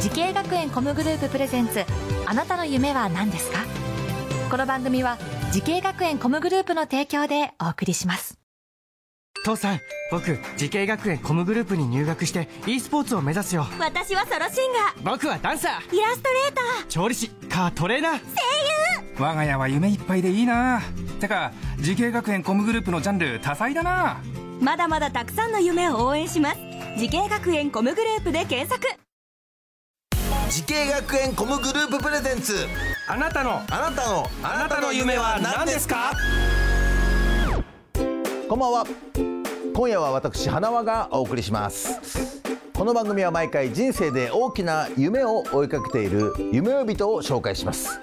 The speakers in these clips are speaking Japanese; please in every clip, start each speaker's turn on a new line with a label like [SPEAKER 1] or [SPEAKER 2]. [SPEAKER 1] 時系学園コムグループプレゼンツあなたの夢は何ですかこの番組は時系学園コムグループの提供でお送りします
[SPEAKER 2] 父さん僕時系学園コムグループに入学して e スポーツを目指すよ
[SPEAKER 3] 私はソロシンガ
[SPEAKER 2] 僕はダンサ
[SPEAKER 3] ーイラストレータ
[SPEAKER 2] ー調理師カートレーナー
[SPEAKER 4] 我が家は夢いっぱいでいいなてか時系学園コムグループのジャンル多彩だな
[SPEAKER 3] ーまだまだたくさんの夢を応援します時系学園コムグループで検索
[SPEAKER 5] 時系学園コムグループプレゼンツ
[SPEAKER 2] あなたの
[SPEAKER 5] あなたのあなたの夢は何ですかこんばんは今夜は私花輪がお送りしますこの番組は毎回人生で大きな夢を追いかけている夢追い人を紹介します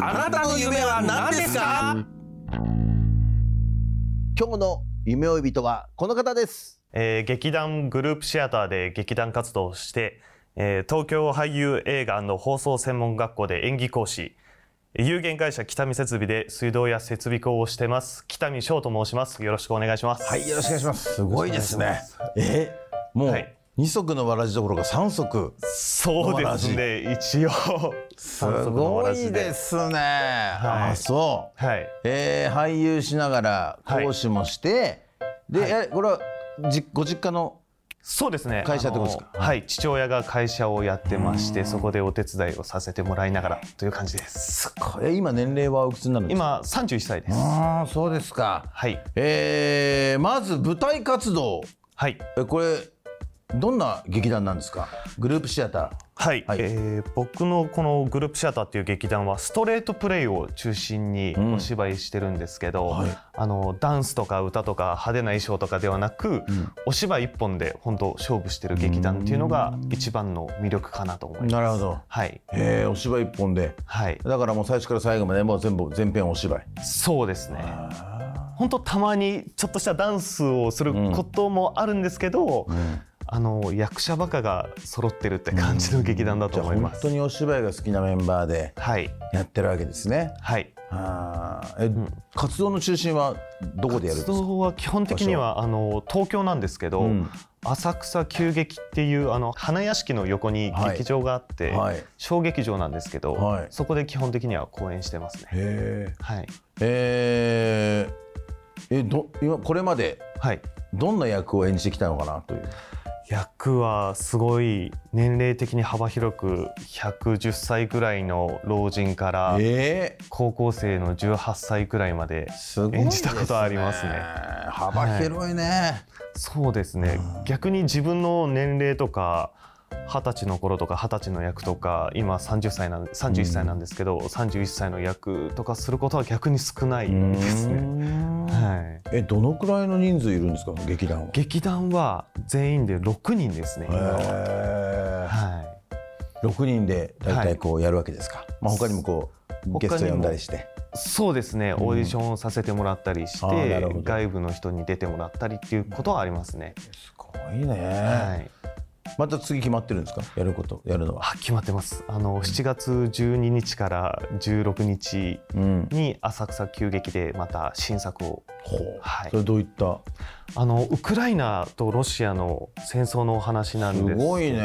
[SPEAKER 5] あなたの夢は何ですか今日の夢追い人はこの方です
[SPEAKER 6] えー劇団グループシアターで劇団活動をして、えー東京俳優映画放送専門学校で演技講師有限会社北見設備で水道や設備工をしてます北見翔と申しますよろしくお願いします
[SPEAKER 5] はい、よろしくお願いします。すごいですね。え、も
[SPEAKER 6] は
[SPEAKER 5] う
[SPEAKER 6] い
[SPEAKER 5] 二足のわらじどころか三足。
[SPEAKER 6] そうですね一応
[SPEAKER 5] す
[SPEAKER 6] 反則のわ
[SPEAKER 5] ご
[SPEAKER 6] らじ
[SPEAKER 5] い
[SPEAKER 6] で
[SPEAKER 5] ですね。あ
[SPEAKER 6] はい
[SPEAKER 5] そう。
[SPEAKER 6] はい
[SPEAKER 5] えー、俳優しながら講師もして、で、えこれはじご実家の
[SPEAKER 6] そうですね
[SPEAKER 5] 会社ってことですか
[SPEAKER 6] あのはい父親が会社をやってましてそこでお手伝いをさせてもらいながらという感じです
[SPEAKER 5] これ今年齢はおいくつになるんですか。
[SPEAKER 6] 今31歳です
[SPEAKER 5] 今。ああ、そうですか。
[SPEAKER 6] はい
[SPEAKER 5] えー、まず舞台活動。
[SPEAKER 6] はい
[SPEAKER 5] えこれどんな劇団なんですか。グループシアター。
[SPEAKER 6] はい、
[SPEAKER 5] はい
[SPEAKER 6] えー僕のこのグループシアターっていう劇団はストレートプレイを中心に
[SPEAKER 5] ん
[SPEAKER 6] お芝居してるんですけど、
[SPEAKER 5] はい
[SPEAKER 6] あのダンスとか歌とか派手な衣装とかではなく、お芝居一本で本当勝負してる劇団っていうのが一番の魅力かなと思います。
[SPEAKER 5] なるほど
[SPEAKER 6] はい、
[SPEAKER 5] えー、お芝居一本で。
[SPEAKER 6] はい、
[SPEAKER 5] だからもう最初から最後までもう全部全編お芝居。
[SPEAKER 6] そうですね。本当たまにちょっとしたダンスをすることもあるんですけど、あの役者バカが揃ってるって感じの劇団だと
[SPEAKER 5] じゃあ
[SPEAKER 6] 思い
[SPEAKER 5] 本
[SPEAKER 6] ます。
[SPEAKER 5] 当にお芝居が好きなメンバーで
[SPEAKER 6] はい、
[SPEAKER 5] やってるわけですね。
[SPEAKER 6] はい。
[SPEAKER 5] あーえ、活動の中心はどこでやるんです
[SPEAKER 6] 活
[SPEAKER 5] か。
[SPEAKER 6] 動は基本的にはあの東京なんですけど、
[SPEAKER 5] うん
[SPEAKER 6] 浅草急激っていうあの花屋敷の横に
[SPEAKER 5] はい
[SPEAKER 6] 劇場があって、
[SPEAKER 5] はい
[SPEAKER 6] 小劇場なんですけど、
[SPEAKER 5] はい
[SPEAKER 6] そこで基本的には公演してますね。
[SPEAKER 5] へ
[SPEAKER 6] はい、
[SPEAKER 5] ーえー、えど今これまで
[SPEAKER 6] はい、
[SPEAKER 5] どんな役を演じてきたのかなという。
[SPEAKER 6] 役はすごい年齢的に幅広く110歳ぐらいの老人から
[SPEAKER 5] えー
[SPEAKER 6] 高校生の18歳ぐらいまです
[SPEAKER 5] ごいですね
[SPEAKER 6] 演じたことありますね。
[SPEAKER 5] 幅広いね。
[SPEAKER 6] そうですね、逆に自分の年齢とか二十歳の頃とか二十歳の役とか今30歳なん31歳なんですけど、31歳の役とかすることは逆に少ないです
[SPEAKER 5] うー
[SPEAKER 6] ね。
[SPEAKER 5] ん
[SPEAKER 6] はい、
[SPEAKER 5] えどのくらいの人数いるんですか劇団は。
[SPEAKER 6] 劇団は全員で6人ですね、今は
[SPEAKER 5] へー
[SPEAKER 6] は
[SPEAKER 5] 6人で大体こうやるわけですか、まあ、他にもこうゲ
[SPEAKER 6] 他にも
[SPEAKER 5] スト呼んだりして
[SPEAKER 6] い、そうですねオーディションをさせてもらったりし
[SPEAKER 5] あーな
[SPEAKER 6] て、
[SPEAKER 5] るほど
[SPEAKER 6] 外部の人に出てもらったりっていうことはありますね。
[SPEAKER 5] すごいね、
[SPEAKER 6] はい
[SPEAKER 5] また次決まってるんですかやることやるの
[SPEAKER 6] あ
[SPEAKER 5] は、
[SPEAKER 6] 決まってますあの7月12日から16日
[SPEAKER 5] うん
[SPEAKER 6] に浅草急激でまた新作を
[SPEAKER 5] ほう
[SPEAKER 6] はい
[SPEAKER 5] それどういった
[SPEAKER 6] あのウクライナとロシアの戦争のお話なん
[SPEAKER 5] す
[SPEAKER 6] ですけど
[SPEAKER 5] ごいね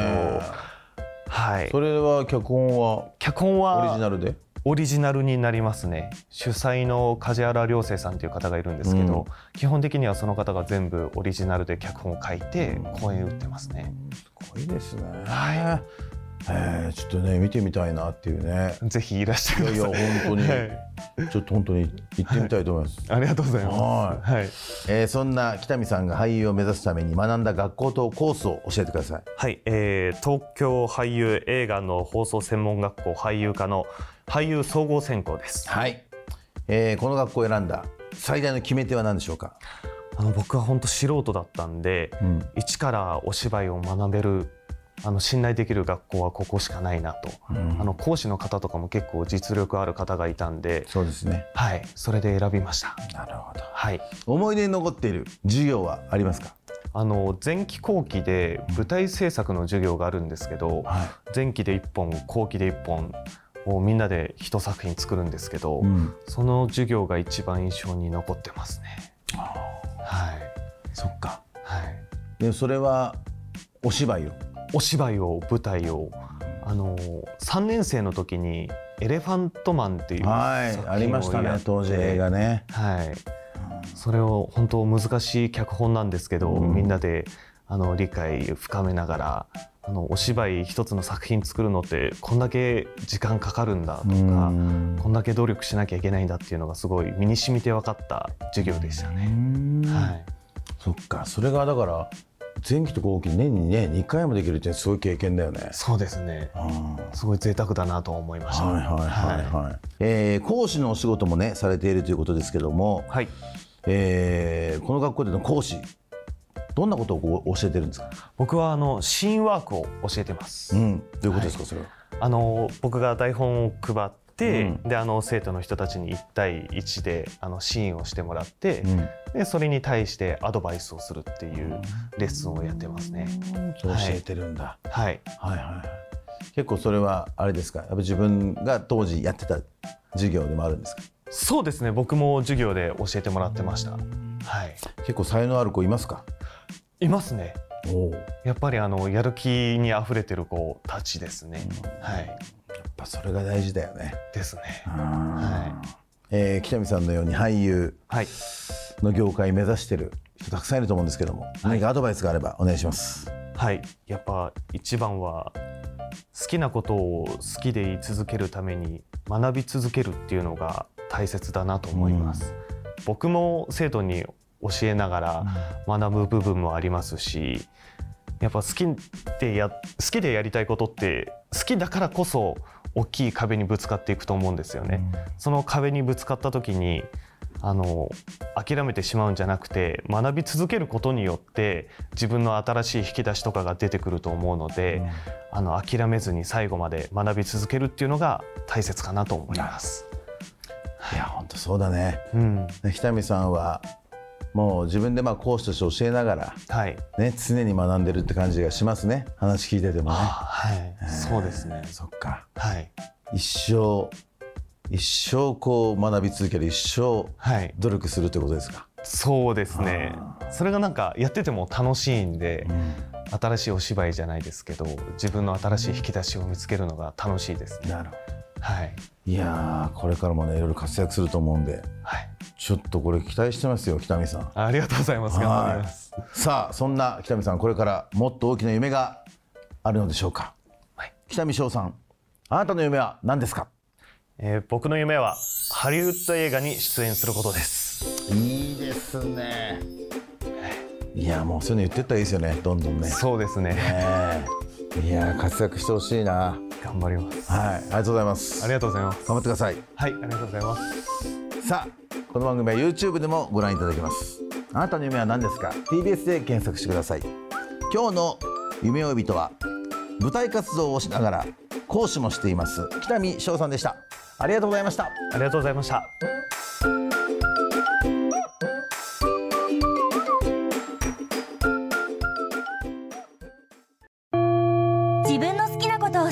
[SPEAKER 6] はい
[SPEAKER 5] それは脚本は
[SPEAKER 6] 脚本
[SPEAKER 5] オリジナ
[SPEAKER 6] は
[SPEAKER 5] ルで
[SPEAKER 6] オリジナルになりますね主催の梶原良生さんという方がいるんですけど、基本的にはその方が全部オリジナルで脚本を書いて公演打ってますね、
[SPEAKER 5] すごいですねはいえー、ちょっとね見てみたいなっていうね
[SPEAKER 6] ぜひいらっしゃいく
[SPEAKER 5] い
[SPEAKER 6] だ
[SPEAKER 5] や
[SPEAKER 6] さい
[SPEAKER 5] いや本当に、
[SPEAKER 6] はい
[SPEAKER 5] ちょっと本当に行ってみたいと思います、
[SPEAKER 6] ありがとうございます
[SPEAKER 5] はい
[SPEAKER 6] はい、
[SPEAKER 5] えーそんな北見さんが俳優を目指すために学んだ学校とコースを教えてください
[SPEAKER 6] はい、えー東京俳優映画の放送専門学校俳優科の俳優総合専攻です
[SPEAKER 5] はい、えー、この学校を選んだ最大の決め手は何でしょうか
[SPEAKER 6] あの僕は本当素人だったんで、
[SPEAKER 5] ん
[SPEAKER 6] 一からお芝居を学べるあの信頼できる学校はここしかないなと、あの講師の方とかも結構実力ある方がいたんで、
[SPEAKER 5] そうですね
[SPEAKER 6] はい、それで選びました。
[SPEAKER 5] なるほ
[SPEAKER 6] はい、
[SPEAKER 5] ど思い出に残っている授業はありますか
[SPEAKER 6] あの前期後期で舞台制作の授業があるんですけど、前期で1本後期で1本をみんなで一作品作るんですけど、
[SPEAKER 5] ん
[SPEAKER 6] その授業が一番印象に残ってますね。はい、
[SPEAKER 5] そっか
[SPEAKER 6] はい
[SPEAKER 5] でそれはお芝居を
[SPEAKER 6] お芝居を舞台をあの3年生の時に「エレファントマン」っていう作
[SPEAKER 5] はい
[SPEAKER 6] 品を
[SPEAKER 5] ありました
[SPEAKER 6] やっ
[SPEAKER 5] ね
[SPEAKER 6] て
[SPEAKER 5] 当時映画ね
[SPEAKER 6] はい、それを本当難しい脚本なんですけど、みんなであの理解深めながらあのお芝居一つの作品作るのってこんだけ時間かかるんだとか、
[SPEAKER 5] うん
[SPEAKER 6] こんだけ努力しなきゃいけないんだっていうのがすごい身に染みて分かった授業でしたね。はい
[SPEAKER 5] そっかそれがだから前期と後期年にね2回もできるってすごい経験だよね
[SPEAKER 6] そうですね
[SPEAKER 5] うん
[SPEAKER 6] すごい贅沢だなと思いました。
[SPEAKER 5] はいはいはいはい、えー講師のお仕事もねされているということですけども、
[SPEAKER 6] はい
[SPEAKER 5] えーこの学校での講師どんなことをこう教えてるんですか、
[SPEAKER 6] 僕はあのシーンワークを教えてます。
[SPEAKER 5] ん、どういうことですか、それは
[SPEAKER 6] あの僕が台本を配って、
[SPEAKER 5] う
[SPEAKER 6] であの生徒の人たちに1対1であのシーンをしてもらって、
[SPEAKER 5] うん
[SPEAKER 6] でそれに対してアドバイスをするっていうレッスンをやってますね。
[SPEAKER 5] そう教えてるんだ、
[SPEAKER 6] はい、
[SPEAKER 5] はい、はいはい結構それはあれですかやっぱ自分が当時やってた授業でもあるんですか
[SPEAKER 6] そうですね僕も授業で教えてもらってました。はい、
[SPEAKER 5] 結構才能ある子いますか
[SPEAKER 6] いますね
[SPEAKER 5] おおやっ
[SPEAKER 6] やっぱりあのやる気にあふれてる子たちですね。はい、
[SPEAKER 5] ぱそれが大事だよね、
[SPEAKER 6] ですね。
[SPEAKER 5] は
[SPEAKER 6] はい
[SPEAKER 5] えー、北見さんのように俳優
[SPEAKER 6] はい
[SPEAKER 5] の業界目指してる人たくさんいると思うんですけども、何かアドバイスがあればお願いします。
[SPEAKER 6] はい、やっぱ一番は好きなことを好きでい続けるために学び続けるっていうのが大切だなと思います。僕も生徒に教えながら学ぶ部分もありますし、やっぱ好きでや好きでやりたいことって好きだからこそ大きい壁にぶつかっていくと思うんですよね。その壁にぶつかった時にあの諦めてしまうんじゃなくて学び続けることによって自分の新しい引き出しとかが出てくると思うので、あの諦めずに最後まで学び続けるっていうのが大切かなと思います。
[SPEAKER 5] いや本当そうだね。
[SPEAKER 6] うん、
[SPEAKER 5] ね北見さんはもう自分でまあ講師として教えながら
[SPEAKER 6] はい、
[SPEAKER 5] ね常に学んでるって感じがしますね。話聞いててもね。
[SPEAKER 6] はい、そうですね。
[SPEAKER 5] そっか。
[SPEAKER 6] はい、
[SPEAKER 5] 一生一生こう学び続ける一生
[SPEAKER 6] はい、
[SPEAKER 5] 努力するってことですか。
[SPEAKER 6] そうですね。それがなんかやってても楽しいんで、新しいお芝居じゃないですけど、自分の新しい引き出しを見つけるのが楽しいですね。
[SPEAKER 5] なるほど。
[SPEAKER 6] はい、
[SPEAKER 5] いやーこれからもねいろいろ活躍すると思うんで
[SPEAKER 6] はい。
[SPEAKER 5] ちょっとこれ期待してますよ北見さん。
[SPEAKER 6] ありがとうございます。頑張ります。
[SPEAKER 5] さあそんな北見さんこれからもっと大きな夢があるのでしょうか、
[SPEAKER 6] はい
[SPEAKER 5] 北見翔さんあなたの夢は何ですか
[SPEAKER 6] えー僕の夢はハリウッド映画に出演することです。
[SPEAKER 5] いいですねいやもうそういうの言ってったらいいですよねどんどんね、
[SPEAKER 6] そうですね。
[SPEAKER 5] ええいや活躍してほしいな
[SPEAKER 6] 頑張ります。
[SPEAKER 5] はいありがとうございます
[SPEAKER 6] ありがとうございます。
[SPEAKER 5] 頑張ってください
[SPEAKER 6] はい、ありがとうございます。
[SPEAKER 5] さあこの番組は YouTube でもご覧いただけますあなたの夢は何ですか TBS で検索してください今日の夢追い人は舞台活動をしながら講師もしています北見翔さんでしたありがとうございました
[SPEAKER 6] ありがとうございました。
[SPEAKER 3] 自分の好きなことを